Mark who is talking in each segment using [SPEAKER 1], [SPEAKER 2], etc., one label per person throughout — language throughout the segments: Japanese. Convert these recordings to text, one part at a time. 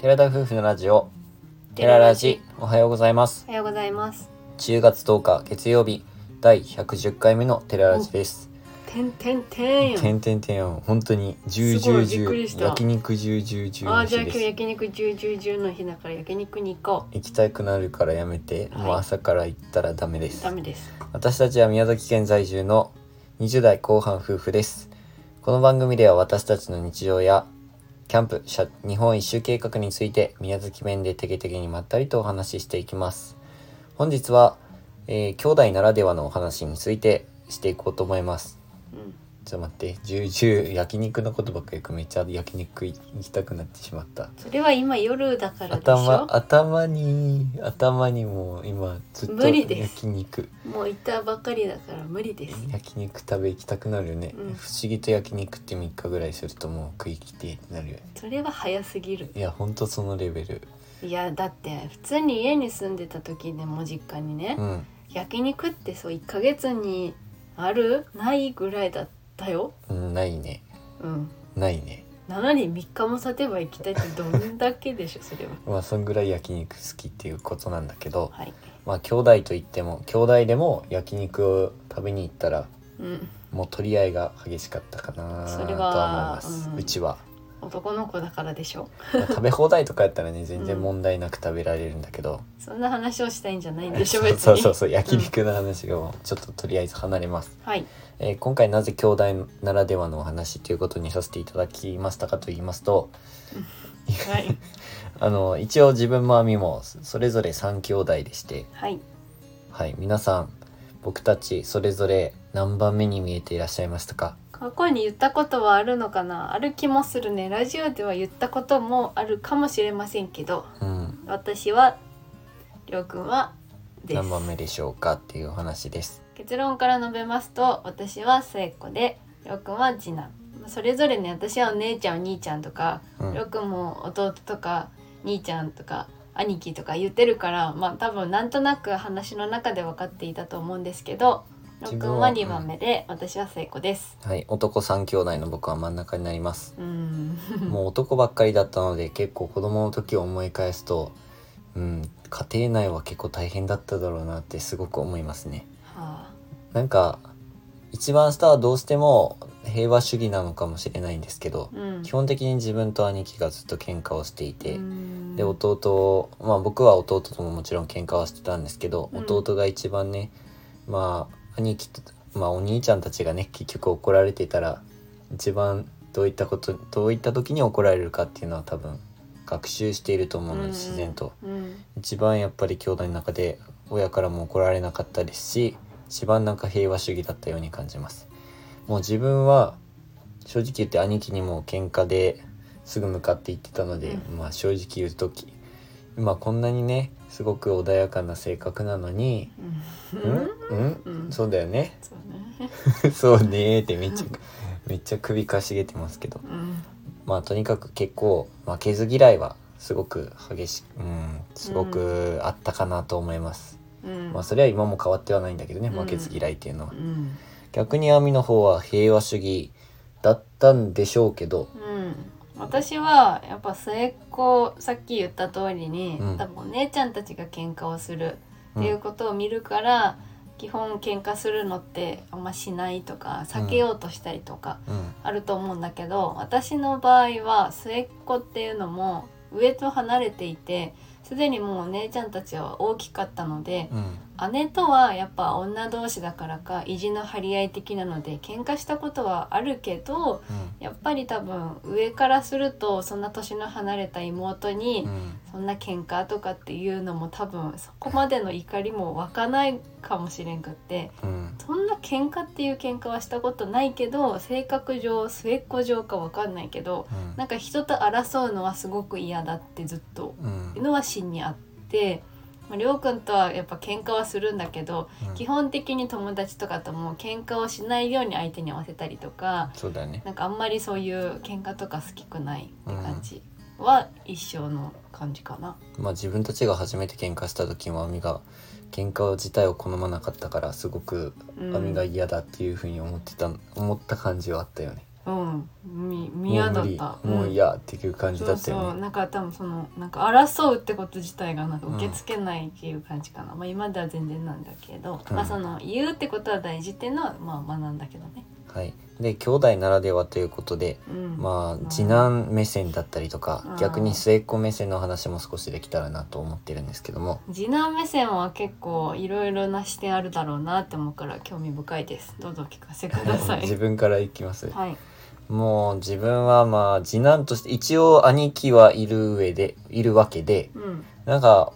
[SPEAKER 1] 寺田夫婦のラジオ寺ラジおはようございます
[SPEAKER 2] おはようございます
[SPEAKER 1] 10月10日月曜日第110回目の寺ラジです
[SPEAKER 2] てんてんてんよ
[SPEAKER 1] てんてんてんよ本当に10
[SPEAKER 2] すごいびっく
[SPEAKER 1] 10
[SPEAKER 2] りし
[SPEAKER 1] 10
[SPEAKER 2] た
[SPEAKER 1] 焼肉10 10
[SPEAKER 2] あー
[SPEAKER 1] 10
[SPEAKER 2] じゃあ
[SPEAKER 1] 10で
[SPEAKER 2] 今日
[SPEAKER 1] す
[SPEAKER 2] 焼肉十十十の日だから焼肉に行こ
[SPEAKER 1] 行きたくなるからやめて、
[SPEAKER 2] はい
[SPEAKER 1] もう朝から行ったらダメで
[SPEAKER 2] う
[SPEAKER 1] す
[SPEAKER 2] ダメです
[SPEAKER 1] 私たちは宮崎県在住の20代後半夫婦ですこの番組では私たちの日常やキャンプ社日本一周計画について宮崎弁でテケテケにまったりとお話ししていきます本日は、えー兄弟ならではのお話についてしていこうと思います
[SPEAKER 2] うん
[SPEAKER 1] ちょっと待って重々焼肉のことばっかりよくめっちゃ焼肉行きたくなってしまった
[SPEAKER 2] それは今夜だからでし
[SPEAKER 1] 頭
[SPEAKER 2] ょ
[SPEAKER 1] 頭に頭にもう今ずっと
[SPEAKER 2] 無理です
[SPEAKER 1] 焼肉
[SPEAKER 2] もう行ったばかりだから無理です
[SPEAKER 1] 焼肉食べ行きたくなるよね、
[SPEAKER 2] うん
[SPEAKER 1] 不思議と焼肉って3日ぐらいするともう食いきてえってなるよね
[SPEAKER 2] それは早すぎる
[SPEAKER 1] いやほんとそのレベル
[SPEAKER 2] いやだって普通に家に住んでた時でも実家にね
[SPEAKER 1] うん
[SPEAKER 2] 焼肉ってそう1ヶ月にあるないぐらいだったよ
[SPEAKER 1] うんないね
[SPEAKER 2] うん
[SPEAKER 1] ないね
[SPEAKER 2] なのに3日も経てば行きたいってどんだけでしょそれは
[SPEAKER 1] まあそんぐらい焼肉好きっていうことなんだけど
[SPEAKER 2] はい
[SPEAKER 1] まあ兄弟といっても兄弟でも焼肉を食べに行ったら
[SPEAKER 2] うん
[SPEAKER 1] もう取り合いが激しかったかなとは
[SPEAKER 2] そ
[SPEAKER 1] 思
[SPEAKER 2] れ
[SPEAKER 1] い
[SPEAKER 2] は
[SPEAKER 1] ます、う
[SPEAKER 2] うん
[SPEAKER 1] ちは、
[SPEAKER 2] 男の子だからでしょ
[SPEAKER 1] まあ食べ放題とかやったらね全
[SPEAKER 2] う
[SPEAKER 1] 然
[SPEAKER 2] ん
[SPEAKER 1] 問題なく食べられるんだけど、
[SPEAKER 2] そんな話をしたいんじゃないんでしょ別に
[SPEAKER 1] そうそうそう焼肉の話がもうちょっととりあえず離れます
[SPEAKER 2] はい
[SPEAKER 1] えー今回なぜ兄弟ならではのお話ということにさせていただきましたかと言いますと
[SPEAKER 2] はい
[SPEAKER 1] あの一応自分も亜美もそれぞれ3兄弟でして、
[SPEAKER 2] はい
[SPEAKER 1] はい、皆さん僕たちそれぞれ何番目に見えていらっしゃいましたか
[SPEAKER 2] 過去に言ったことはあるのかなある気もするねラジオでは言ったこともあるかもしれませんけど
[SPEAKER 1] うん
[SPEAKER 2] 私はりょうくんはです
[SPEAKER 1] 何番目でしょうかっていうお話です。
[SPEAKER 2] 結論から述べますと私は末っ子でりょうくんは次男それぞれね私はお姉ちゃんお兄ちゃんとか、
[SPEAKER 1] う
[SPEAKER 2] りょ
[SPEAKER 1] ん
[SPEAKER 2] うくんも弟とか兄ちゃんとか兄貴とか言ってるからまあ多分なんとなく話の中で分かっていたと思うんですけどりょうくんは
[SPEAKER 1] 自
[SPEAKER 2] 2
[SPEAKER 1] 分は
[SPEAKER 2] 番目で、私は末っ子です
[SPEAKER 1] はい、男3兄弟の僕は真ん中になります。
[SPEAKER 2] うーん
[SPEAKER 1] もう男ばっかりだったので結構子供の時を思い返すと、うん、家庭内は結構大変だっただろうなってすごく思いますね。
[SPEAKER 2] はあ
[SPEAKER 1] なんか一番下はどうしても平和主義なのかもしれないんですけど、
[SPEAKER 2] うん
[SPEAKER 1] 基本的に自分と兄貴がずっと喧嘩をしていて、
[SPEAKER 2] うん
[SPEAKER 1] で弟まあ僕は弟とももちろん喧嘩はしてたんですけど、
[SPEAKER 2] うん
[SPEAKER 1] 弟が一番ねまあ兄貴とまあお兄ちゃんたちがね結局怒られていたら一番どういったことどういった時に怒られるかっていうのは多分学習していると思うので
[SPEAKER 2] うん
[SPEAKER 1] 自然と。
[SPEAKER 2] うん
[SPEAKER 1] 一番やっぱり兄弟の中で親からも怒られなかったですし一番なんか平和主義だったように感じますもう自分は正直言って兄貴にも喧嘩ですぐ向かって行ってたので、まあ正直言う時今こんなにねすごく穏やかな性格なのに
[SPEAKER 2] う
[SPEAKER 1] 「
[SPEAKER 2] んうん
[SPEAKER 1] うん、
[SPEAKER 2] うん
[SPEAKER 1] そうだよね
[SPEAKER 2] そうね
[SPEAKER 1] そうね」ってめっちゃめっちゃ首かしげてますけど
[SPEAKER 2] うん
[SPEAKER 1] まあとにかく結構負けず嫌いはすごく激しうんすごくあったかなと思います、
[SPEAKER 2] うん
[SPEAKER 1] まあそれは今も変わってはないんだけどね
[SPEAKER 2] うん
[SPEAKER 1] 負けず嫌いっていうのは、
[SPEAKER 2] うん
[SPEAKER 1] 逆に網の方は平和主義だったんでしょうけど
[SPEAKER 2] うん私はやっぱ末っ子さっき言った通りに、
[SPEAKER 1] うん
[SPEAKER 2] 多分お姉ちゃんたちが喧嘩をするっていうことを見るから、基本喧嘩するのってあんましないとか避けようとしたりとか
[SPEAKER 1] うん
[SPEAKER 2] あると思うんだけど、私の場合は末っ子っていうのも上と離れていてすでにもうお姉ちゃんたちは大きかったので、
[SPEAKER 1] うん
[SPEAKER 2] 姉とはやっぱ女同士だからか意地の張り合い的なので喧嘩したことはあるけどやっぱり多分上からするとそんな年の離れた妹に
[SPEAKER 1] うんうん
[SPEAKER 2] そんな喧嘩とかっていうのも多分そこまでの怒りも湧かないかもしれんくって
[SPEAKER 1] うん
[SPEAKER 2] そんな喧嘩っていう喧嘩はしたことないけど性格上末っ子上かわかんないけど
[SPEAKER 1] うん
[SPEAKER 2] なんか人と争うのはすごく嫌だってずっと
[SPEAKER 1] うん
[SPEAKER 2] のは芯にあって。まありょうくんとはやっぱ喧嘩はするんだけど
[SPEAKER 1] うん
[SPEAKER 2] 基本的に友達とかとも喧嘩をしないように相手に合わせたりとか
[SPEAKER 1] そうだね
[SPEAKER 2] なんかあんまりそういう喧嘩とか好きくないって感じは一生の感じかな。
[SPEAKER 1] まあ自分たちが初めて喧嘩した時も網が喧嘩自体を好まなかったからすごく
[SPEAKER 2] うん
[SPEAKER 1] 網が嫌だっていうふうに思ってた思った感じはあったよね
[SPEAKER 2] うんみ嫌だった
[SPEAKER 1] もう無理もう嫌っていう感じだった
[SPEAKER 2] そう
[SPEAKER 1] よ
[SPEAKER 2] そう
[SPEAKER 1] ね
[SPEAKER 2] なんか多分そのなんか争うってこと自体がなんか受け付けないっていう感じかな、まあ今では全然なんだけど、
[SPEAKER 1] うん
[SPEAKER 2] まあその言うってことは大事っていうのはまあ学んだけどね、
[SPEAKER 1] はいで兄弟ならではということで
[SPEAKER 2] うん、
[SPEAKER 1] ま
[SPEAKER 2] うん
[SPEAKER 1] あ次男目線だったりと
[SPEAKER 2] う
[SPEAKER 1] か
[SPEAKER 2] ん
[SPEAKER 1] 逆に末っ子目線の話も少しできたらなと思ってるんですけども
[SPEAKER 2] 次男目線は結構いろいろな視点あるだろうなって思うから興味深いですどうぞお聞かせください
[SPEAKER 1] 自分からいきます
[SPEAKER 2] はい
[SPEAKER 1] もう自分はまあ次男として一応兄貴はいる上でいるわけで
[SPEAKER 2] うん
[SPEAKER 1] なんか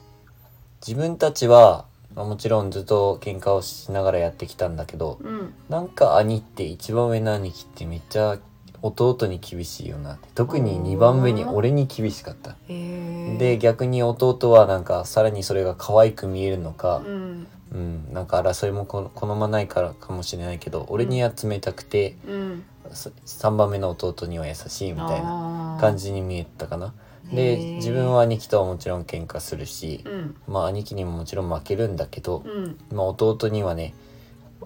[SPEAKER 1] 自分たちは、まあもちろんずっと喧嘩をしながらやってきたんだけど
[SPEAKER 2] うん
[SPEAKER 1] なんか兄って一番上の兄貴ってめっちゃ弟に厳しいよなって特に2番目に俺に厳しかった
[SPEAKER 2] へえ
[SPEAKER 1] で逆に弟はなんかさらにそれが可愛く見えるのか
[SPEAKER 2] うん
[SPEAKER 1] うんなんか争いもこ好まないからかもしれないけど俺には冷たくて
[SPEAKER 2] うん
[SPEAKER 1] 3番目の弟には優しいみたいな
[SPEAKER 2] な
[SPEAKER 1] 感じに見えたかなで自分は兄貴とはもちろん喧嘩するし
[SPEAKER 2] うん
[SPEAKER 1] まあ兄貴にももちろん負けるんだけど
[SPEAKER 2] うん
[SPEAKER 1] まあ弟にはね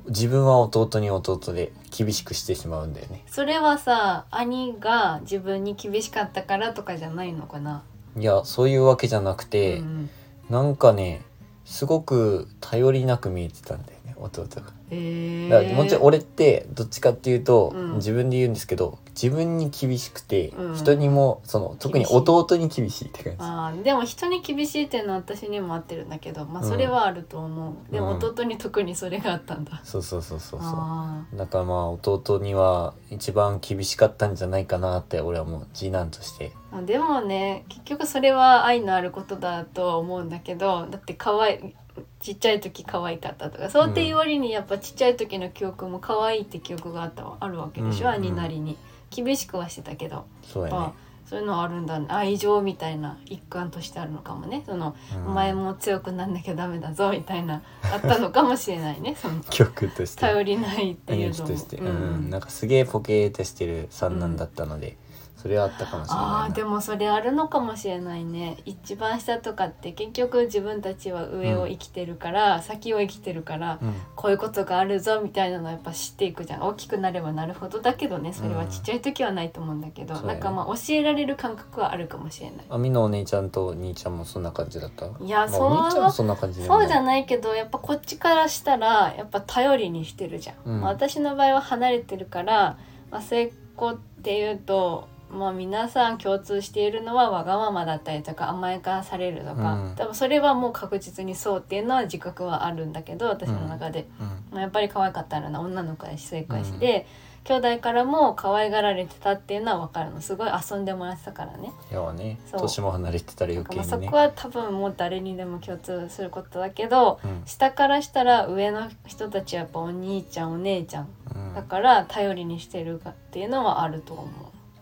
[SPEAKER 1] 自分は弟に弟で厳しくしてしまうんだよね
[SPEAKER 2] それはさ兄が自分に厳しかったからとかじゃないのかない
[SPEAKER 1] やそういうわけじゃなくて、
[SPEAKER 2] うん
[SPEAKER 1] なんかねすごく頼りなく見えてたんだよね弟が。
[SPEAKER 2] うんへ
[SPEAKER 1] だからもちろん俺ってどっちかっていうと、
[SPEAKER 2] うん
[SPEAKER 1] 自分で言うんですけど自分に厳しくて、
[SPEAKER 2] うん
[SPEAKER 1] 人にもその特に弟に厳しいって感
[SPEAKER 2] あーでも人に厳しいっていうのは私にも合ってるんだけどまあそれはあると思う、
[SPEAKER 1] ん
[SPEAKER 2] で
[SPEAKER 1] う
[SPEAKER 2] も
[SPEAKER 1] ん
[SPEAKER 2] 弟に特にそれがあったんだ、
[SPEAKER 1] じそうそうそうそうそ
[SPEAKER 2] あ
[SPEAKER 1] うだからまあ弟には一番厳しかったんじゃないかなって俺はもう次男として
[SPEAKER 2] あでもね結局それは愛のあることだとは思うんだけどだって可愛いちっちゃい時可愛かったとかそうっていう割にやっぱちっちゃい時の記憶も可愛いって記憶があったわあるわけでしょ、
[SPEAKER 1] うん
[SPEAKER 2] 兄なりに厳しくはしてたけど
[SPEAKER 1] そうや
[SPEAKER 2] あ
[SPEAKER 1] ね、
[SPEAKER 2] そういうのはあるんだね愛情みたいな一環としてあるのかもねその、
[SPEAKER 1] うん
[SPEAKER 2] お前も強くなんなきゃダメだぞみたいなあったのかもしれないねその
[SPEAKER 1] 曲として
[SPEAKER 2] 頼りないって い
[SPEAKER 1] 兄
[SPEAKER 2] う
[SPEAKER 1] 貴
[SPEAKER 2] のも
[SPEAKER 1] として、う
[SPEAKER 2] うんん
[SPEAKER 1] なんかすげえポケーとしてる三男だったので、それはあったかもしれないな
[SPEAKER 2] あーでもそれあるのかもしれないね一番下とかって結局自分たちは上を生きてるから、先を生きてるから、
[SPEAKER 1] うん
[SPEAKER 2] こういうことがあるぞみたいなのはやっぱ知っていくじゃん大きくなればなるほどだけどねそれはちっちゃい時はないと思うんだけど、
[SPEAKER 1] そうだ
[SPEAKER 2] な
[SPEAKER 1] よ
[SPEAKER 2] ん
[SPEAKER 1] ね
[SPEAKER 2] かまあ教えられる感覚はあるかもしれない。
[SPEAKER 1] あみのお姉ちゃんと兄ちゃんもそんな感じだった
[SPEAKER 2] いや、
[SPEAKER 1] まあ
[SPEAKER 2] そう
[SPEAKER 1] お兄ちゃんはそんな感じだよ
[SPEAKER 2] そ
[SPEAKER 1] ね
[SPEAKER 2] うじゃないけどやっぱこっちからしたらやっぱ頼りにしてるじゃん、
[SPEAKER 1] うん
[SPEAKER 2] まあ私の場合は離れてるから、まあ、末っ子っていうと、まあ、皆さん共通しているのはわがままだったりとか甘やかされるとか、
[SPEAKER 1] うん
[SPEAKER 2] 多分それはもう確実にそうっていうのは自覚はあるんだけど私の中で、
[SPEAKER 1] うん
[SPEAKER 2] まあやっぱり可愛かったらな女の子やし末っ子やしで、兄弟からも可愛がられてたっていうのは分かるのすごい遊んでもらってたからね。
[SPEAKER 1] 要はね
[SPEAKER 2] そう
[SPEAKER 1] 年も離れてたら
[SPEAKER 2] だ
[SPEAKER 1] 余
[SPEAKER 2] から
[SPEAKER 1] 計
[SPEAKER 2] そ
[SPEAKER 1] にね
[SPEAKER 2] こは多分もう誰にでも共通することだけど、
[SPEAKER 1] うん
[SPEAKER 2] 下からしたら上の人たちはやっぱお兄ちゃんお姉ちゃん
[SPEAKER 1] うん
[SPEAKER 2] だから頼りにしてるかっていうのはあると思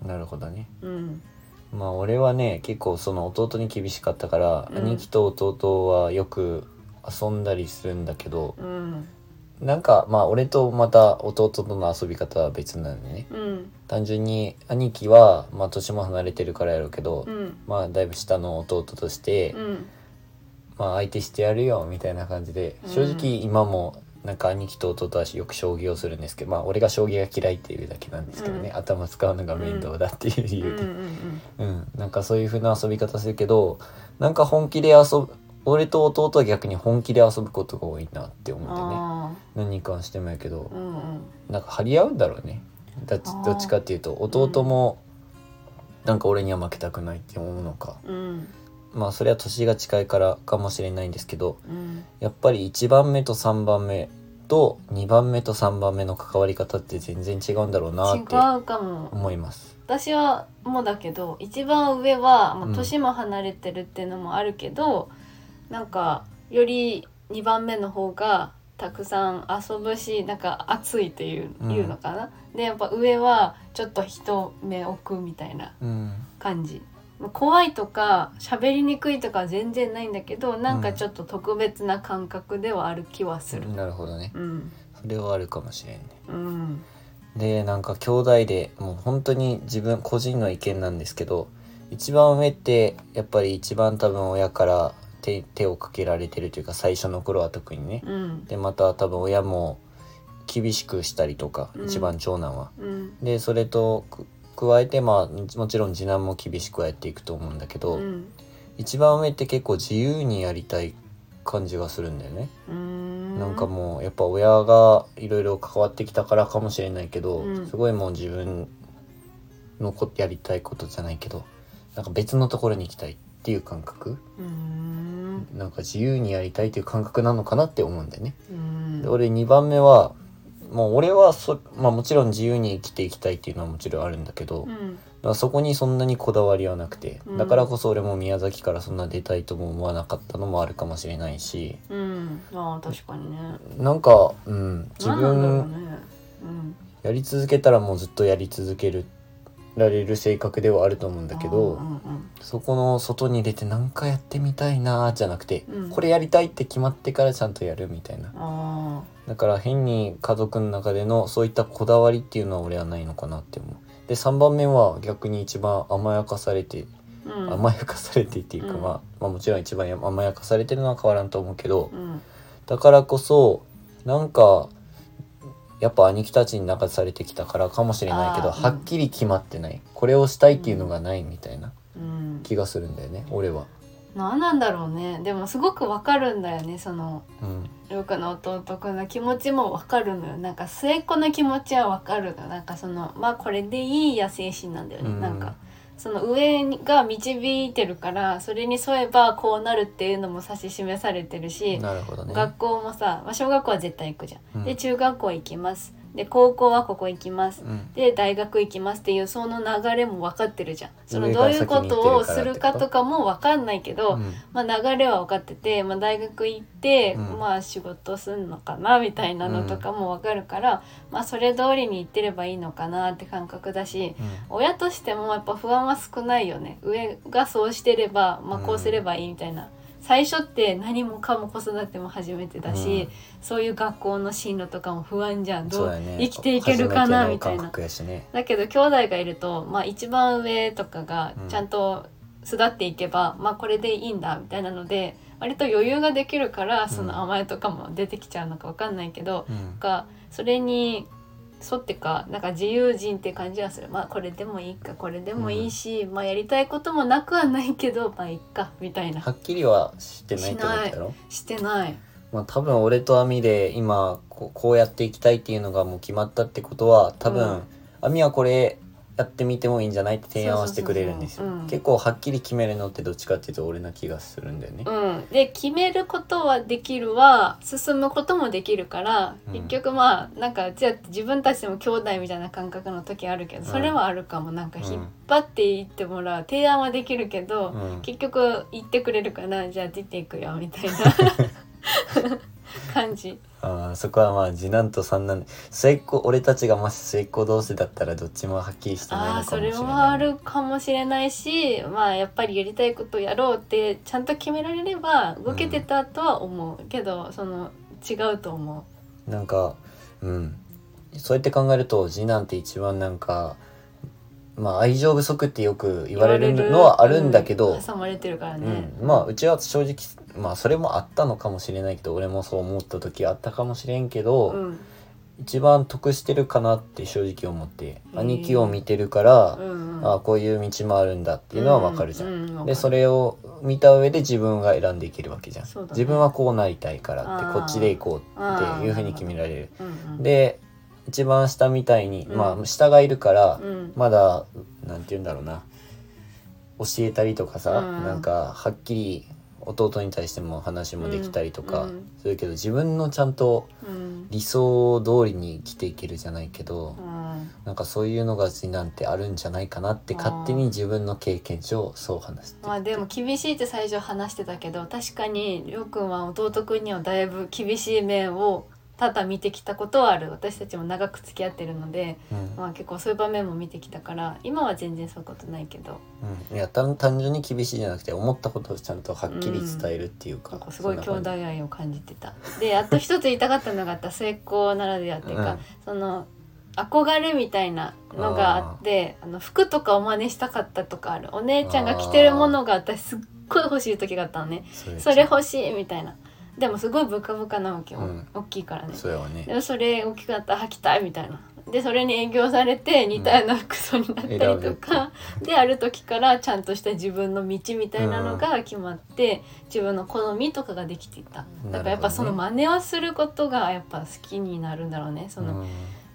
[SPEAKER 1] なるほどね
[SPEAKER 2] う。うん、
[SPEAKER 1] まあ俺はね結構その弟に厳しかったから、
[SPEAKER 2] うん
[SPEAKER 1] 兄貴と弟はよく遊んだりするんだけど
[SPEAKER 2] うん、
[SPEAKER 1] なんかまあ俺とまた弟との遊び方は別なんでね
[SPEAKER 2] うん、
[SPEAKER 1] 単純に兄貴はまあ年も離れてるからやろうけど、
[SPEAKER 2] うん、
[SPEAKER 1] まあだいぶ下の弟として、
[SPEAKER 2] うん、
[SPEAKER 1] まあ相手してやるよみたいな感じで、
[SPEAKER 2] うん
[SPEAKER 1] 正直今もなんか兄貴と弟はよく将棋をするんですけどまあ俺が将棋が嫌いっていうだけなんですけどね、
[SPEAKER 2] う
[SPEAKER 1] 頭使うのが面倒だっていう理
[SPEAKER 2] うん、う
[SPEAKER 1] 由で、
[SPEAKER 2] ん、
[SPEAKER 1] うんなんかそういう風な遊び方するけどなんか本気で遊ぶ俺と弟は逆に本気で遊ぶことが多いなって思ってね
[SPEAKER 2] あ
[SPEAKER 1] 何に関してもやけど
[SPEAKER 2] あ、うん、うん、
[SPEAKER 1] なんか張り合うんだろうねだっち
[SPEAKER 2] あー
[SPEAKER 1] どっちかっていうと弟もなんか俺には負けたくないって思うのか
[SPEAKER 2] うん、
[SPEAKER 1] まあそれは年が近いからかもしれないんですけど
[SPEAKER 2] うん、
[SPEAKER 1] やっぱり1番目と3番目と2番目と3番目の関わり方って全然違うんだろうなって
[SPEAKER 2] 違うかも。
[SPEAKER 1] 思います。
[SPEAKER 2] 私はもうだけど一番上は、まあ
[SPEAKER 1] うん
[SPEAKER 2] 年も離れてるっていうのもあるけど、なんかより2番目の方がたくさん遊ぶしなんか熱いっていう,、
[SPEAKER 1] うん
[SPEAKER 2] いうのかなでやっぱ上はちょっと人目置くみたいな
[SPEAKER 1] うん、
[SPEAKER 2] 感じ怖いとか喋りにくいとかは全然ないんだけどなんかちょっと特別な感覚ではある気はする
[SPEAKER 1] なるほどね。
[SPEAKER 2] うん
[SPEAKER 1] それはあるかもしれんね。
[SPEAKER 2] うん
[SPEAKER 1] でなんか兄弟でもう本当に自分個人の意見なんですけど一番上ってやっぱり一番多分親から手手をかけられてるというか最初の頃は特にね。
[SPEAKER 2] うん
[SPEAKER 1] でまた多分親も厳しくしたりとか、
[SPEAKER 2] うん
[SPEAKER 1] 一番長男は。
[SPEAKER 2] うん
[SPEAKER 1] でそれとく加えてまあもちろん次男も厳しくはやっていくと思うんだけど、
[SPEAKER 2] うん
[SPEAKER 1] 一番上って結構自由にやりたい感じがするんだよね。
[SPEAKER 2] うーん
[SPEAKER 1] なんかもうやっぱ親がいろいろ関わってきたからかもしれないけど、
[SPEAKER 2] うん
[SPEAKER 1] すごいもう自分のこやりたいことじゃないけどなんか別のところに行きたいっていう感覚、
[SPEAKER 2] うーん
[SPEAKER 1] なんか自由にやりたいっていう感覚なのかなって思うんだよね。
[SPEAKER 2] うーん
[SPEAKER 1] で俺2番目はもう俺はそ、まあ、もちろん自由に生きていきたいっていうのはもちろんあるんだけど、
[SPEAKER 2] う
[SPEAKER 1] だか
[SPEAKER 2] ん
[SPEAKER 1] らそこにそんなにこだわりはなくて、
[SPEAKER 2] うん
[SPEAKER 1] だからこそ俺も宮崎からそんな出たいとも思わなかったのもあるかもしれないし
[SPEAKER 2] うんああ確かにね
[SPEAKER 1] なんか、うん、自
[SPEAKER 2] 何なんだろう
[SPEAKER 1] 分
[SPEAKER 2] ねうん
[SPEAKER 1] やり続けたらもうずっとやり続けるられる性格ではあると思うんだけど、
[SPEAKER 2] うんうん
[SPEAKER 1] そこの外に出てなんかやってみたいなーじゃなくて、
[SPEAKER 2] うん
[SPEAKER 1] これやりたいって決まってからちゃんとやるみたいな
[SPEAKER 2] あ
[SPEAKER 1] だから変に家族の中でのそういったこだわりっていうのは俺はないのかなって思う。で3番目は逆に一番甘やかされて、
[SPEAKER 2] あうん
[SPEAKER 1] 甘やかされてっていうか、
[SPEAKER 2] うん
[SPEAKER 1] まあ、まあもちろん一番甘やかされてるのは変わらんと思うけど
[SPEAKER 2] うん
[SPEAKER 1] だからこそなんかやっぱ兄貴たちに流されてきたからかもしれないけど
[SPEAKER 2] あーうん
[SPEAKER 1] はっきり決まってないこれをしたいっていうのがないみたいな
[SPEAKER 2] うん
[SPEAKER 1] 気がするんだよね俺は。
[SPEAKER 2] 何なんだろうねでもすごくわかるんだよねその
[SPEAKER 1] うん
[SPEAKER 2] ルークの弟くんの気持ちもわかるのよなんか末っ子の気持ちはわかるのなんかそのまあこれでいいや精神なんだよね、
[SPEAKER 1] うん
[SPEAKER 2] なんかその上が導いてるからそれに沿えばこうなるっていうのも指し示されてるし、
[SPEAKER 1] なるほどね。
[SPEAKER 2] 学校もさ、まあ、小学校は絶対行くじゃん、
[SPEAKER 1] うん
[SPEAKER 2] で中学校行きますで高校はここ行きます
[SPEAKER 1] うん
[SPEAKER 2] で大学行きますっていうその流れも分かってるじゃんその
[SPEAKER 1] 上
[SPEAKER 2] ど
[SPEAKER 1] が
[SPEAKER 2] ういう
[SPEAKER 1] 先
[SPEAKER 2] こ
[SPEAKER 1] に行ってるから
[SPEAKER 2] とをするか
[SPEAKER 1] ってこと
[SPEAKER 2] とかも分かんないけど、
[SPEAKER 1] うん
[SPEAKER 2] まあ、流れは分かってて、まあ、大学行って、
[SPEAKER 1] うん
[SPEAKER 2] まあ仕事すんのかなみたいなのとかも分かるから、まあそれ通りに行ってればいいのかなって感覚だし親としてもやっぱ不安は少ないよね上がそうしてれば、まあ、
[SPEAKER 1] うん
[SPEAKER 2] こうすればいいみたいな、最初って何もかも子育ても初めてだし、そういう学校の進路とかも不安じゃん
[SPEAKER 1] そ
[SPEAKER 2] ど
[SPEAKER 1] うだ
[SPEAKER 2] う
[SPEAKER 1] よね
[SPEAKER 2] 生きていけるかなみた
[SPEAKER 1] 初めての感
[SPEAKER 2] いな。
[SPEAKER 1] 覚やしね
[SPEAKER 2] だけど兄弟がいると、まあ、一番上とかが
[SPEAKER 1] うん
[SPEAKER 2] ちゃんと巣立っていけば、まあこれでいいんだみたいなので割と余裕ができるからその甘えとかも出てきちゃうのかわかんないけど、
[SPEAKER 1] うん
[SPEAKER 2] がそれに沿ってかなんか自由人って感じはするまあこれでもいいかこれでもいいし、まあやりたいこともなくはないけどまあいっかみたいな
[SPEAKER 1] はっきりはしてないってことやろ
[SPEAKER 2] してない。
[SPEAKER 1] まあ多分俺とアミで今こうこうやっていきたいっていうのがもう決まったってことは多
[SPEAKER 2] う
[SPEAKER 1] 分
[SPEAKER 2] ん
[SPEAKER 1] アミはこれやってみてもいいんじゃないって提案はしてくれるんです
[SPEAKER 2] そう
[SPEAKER 1] よ
[SPEAKER 2] そうそうそううん
[SPEAKER 1] 結構はっきり決めるのってどっちかっていうと俺な気がするんだよね
[SPEAKER 2] うん、で決めることはできるわ進むこともできるから、
[SPEAKER 1] うん
[SPEAKER 2] 結局まあなんかじゃあ自分たちでも兄弟みたいな感覚の時あるけど
[SPEAKER 1] うん
[SPEAKER 2] それはあるかもなんか
[SPEAKER 1] うん
[SPEAKER 2] 引っ張っていってもらう提案はできるけど、
[SPEAKER 1] うん
[SPEAKER 2] 結局言ってくれるからじゃあ出ていくよみたいな 感じ。
[SPEAKER 1] あーそこはまあ次男と三男末っ子俺たちがもし末っ子同士だったらどっちもはっきりしてない
[SPEAKER 2] ああ
[SPEAKER 1] のか
[SPEAKER 2] そ
[SPEAKER 1] もし
[SPEAKER 2] れ
[SPEAKER 1] れない
[SPEAKER 2] はあるかもしれないしまあやっぱりやりたいことやろうってちゃんと決められれば動けてたとは思う、けどその違うと思う。
[SPEAKER 1] なんかうんそうやって考えると次男って一番なんかまあ愛情不足ってよく言われるのはあるんだけど、
[SPEAKER 2] うん挟まれてるから
[SPEAKER 1] う
[SPEAKER 2] ね
[SPEAKER 1] ん、まあうちは正直まあそれもあったのかもしれないけど俺もそう思った時あったかもしれんけど、
[SPEAKER 2] うん
[SPEAKER 1] 一番得してるかなって正直思って
[SPEAKER 2] うん
[SPEAKER 1] 兄貴を見てるから、
[SPEAKER 2] うん
[SPEAKER 1] ああこういう道もあるんだっていうのはわかるじゃん。
[SPEAKER 2] うう
[SPEAKER 1] でそ
[SPEAKER 2] れ
[SPEAKER 1] れを見た上で自分が選んでいけるわけじゃん、
[SPEAKER 2] そうだね
[SPEAKER 1] 自分はこうなりたいから
[SPEAKER 2] あ
[SPEAKER 1] っ
[SPEAKER 2] ー
[SPEAKER 1] てこっちで行こうっていうふうに決められる
[SPEAKER 2] うんうん
[SPEAKER 1] で一番下みたいに、
[SPEAKER 2] うん
[SPEAKER 1] まあ下がいるから、
[SPEAKER 2] うん
[SPEAKER 1] まだなんて言うんだろうな教えたりとかさ、
[SPEAKER 2] うん
[SPEAKER 1] なんかはっきり弟に対しても話もできたりとか
[SPEAKER 2] うん
[SPEAKER 1] するけど、自分のちゃんと
[SPEAKER 2] うん
[SPEAKER 1] 理想通りに生きていけるじゃないけど、
[SPEAKER 2] うん
[SPEAKER 1] なんかそういうのが次男ってあるんじゃないかなって勝手に自分の経験上そう話して
[SPEAKER 2] まあでも厳しいって最初話してたけど確かにりょうくんは弟くんにはだいぶ厳しい面を多々見てきたことはある私たちも長く付き合ってるので、
[SPEAKER 1] うん
[SPEAKER 2] まあ、結構そういう場面も見てきたから今は全然そういうことないけど
[SPEAKER 1] うん、いや単単純に厳しいじゃなくて思ったことをちゃんとはっきり伝えるっていうか、
[SPEAKER 2] なんかすごい兄
[SPEAKER 1] そんな
[SPEAKER 2] 弟
[SPEAKER 1] 感じ
[SPEAKER 2] 愛を感じてた であと一つ言いたかったのがあった末っ子ならではっていうか、
[SPEAKER 1] うん
[SPEAKER 2] その憧れみたいなのがあってあの服とかを真似したかったとかあるお姉ちゃんが着てるものが私すっごい欲しい時があったのね
[SPEAKER 1] それ
[SPEAKER 2] それ欲しいみたいなでもすごいブカブカなわけよ、
[SPEAKER 1] うん
[SPEAKER 2] 大きいからね
[SPEAKER 1] そうやわね
[SPEAKER 2] でもそれ大きくなったら履きたいみたいなでそれに営業されて似たような服装になったりとか、である時からちゃんとした自分の道みたいなのが決まって、自分の好みとかができていた
[SPEAKER 1] うん
[SPEAKER 2] だからやっぱその真似をすることがやっぱ好きになるんだろうねその、
[SPEAKER 1] うん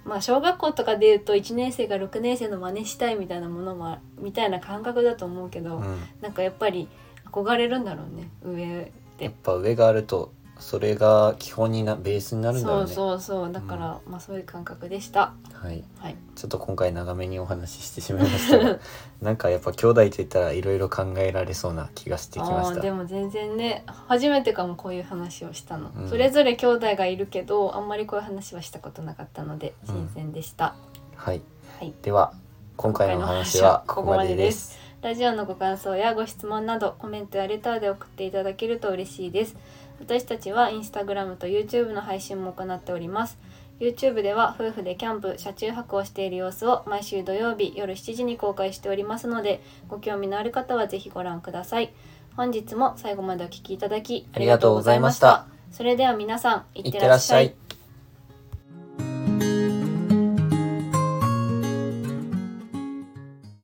[SPEAKER 2] まあ小学校とかで言うと1年生が6年生の真似したいみたいなものもあみたいな感覚だと思うけど、
[SPEAKER 1] うん
[SPEAKER 2] なんかやっぱり憧れるんだろうね上
[SPEAKER 1] やっぱ上があるとそれが基本になベースになるんだろう
[SPEAKER 2] そ
[SPEAKER 1] ね
[SPEAKER 2] うそうそうだから、まあそういう感覚でした
[SPEAKER 1] はい
[SPEAKER 2] はい
[SPEAKER 1] ちょっと今回長めにお話ししてしまいました がなんかやっぱ兄弟といったらいろいろ考えられそうな気がしてきま
[SPEAKER 2] あ
[SPEAKER 1] し
[SPEAKER 2] ー
[SPEAKER 1] た
[SPEAKER 2] でも全然ね初めてかもこういう話をしたの、
[SPEAKER 1] うん
[SPEAKER 2] それぞれ兄弟がいるけどあんまりこういう話はしたことなかったので
[SPEAKER 1] うん
[SPEAKER 2] 新鮮でした、
[SPEAKER 1] はい
[SPEAKER 2] はい
[SPEAKER 1] では今回のお話はこ
[SPEAKER 2] 今回の話はこ
[SPEAKER 1] こ
[SPEAKER 2] こ
[SPEAKER 1] ま
[SPEAKER 2] ま
[SPEAKER 1] で
[SPEAKER 2] で
[SPEAKER 1] で
[SPEAKER 2] ですすラジオのご感想やご質問などコメントやレターで送っていただけると嬉しいです私たちはインスタグラムと YouTube の配信も行っております YouTube では夫婦でキャンプ車中泊をしている様子を毎週土曜日夜7時に公開しておりますのでご興味のある方はぜひご覧ください本日も最後までお聞きいただき
[SPEAKER 1] ありがとうございました
[SPEAKER 2] それでは皆さんい
[SPEAKER 1] い
[SPEAKER 2] っ
[SPEAKER 1] ってて
[SPEAKER 2] ら
[SPEAKER 1] ら
[SPEAKER 2] っ
[SPEAKER 1] っ
[SPEAKER 2] し
[SPEAKER 1] しゃ
[SPEAKER 2] ゃい
[SPEAKER 1] い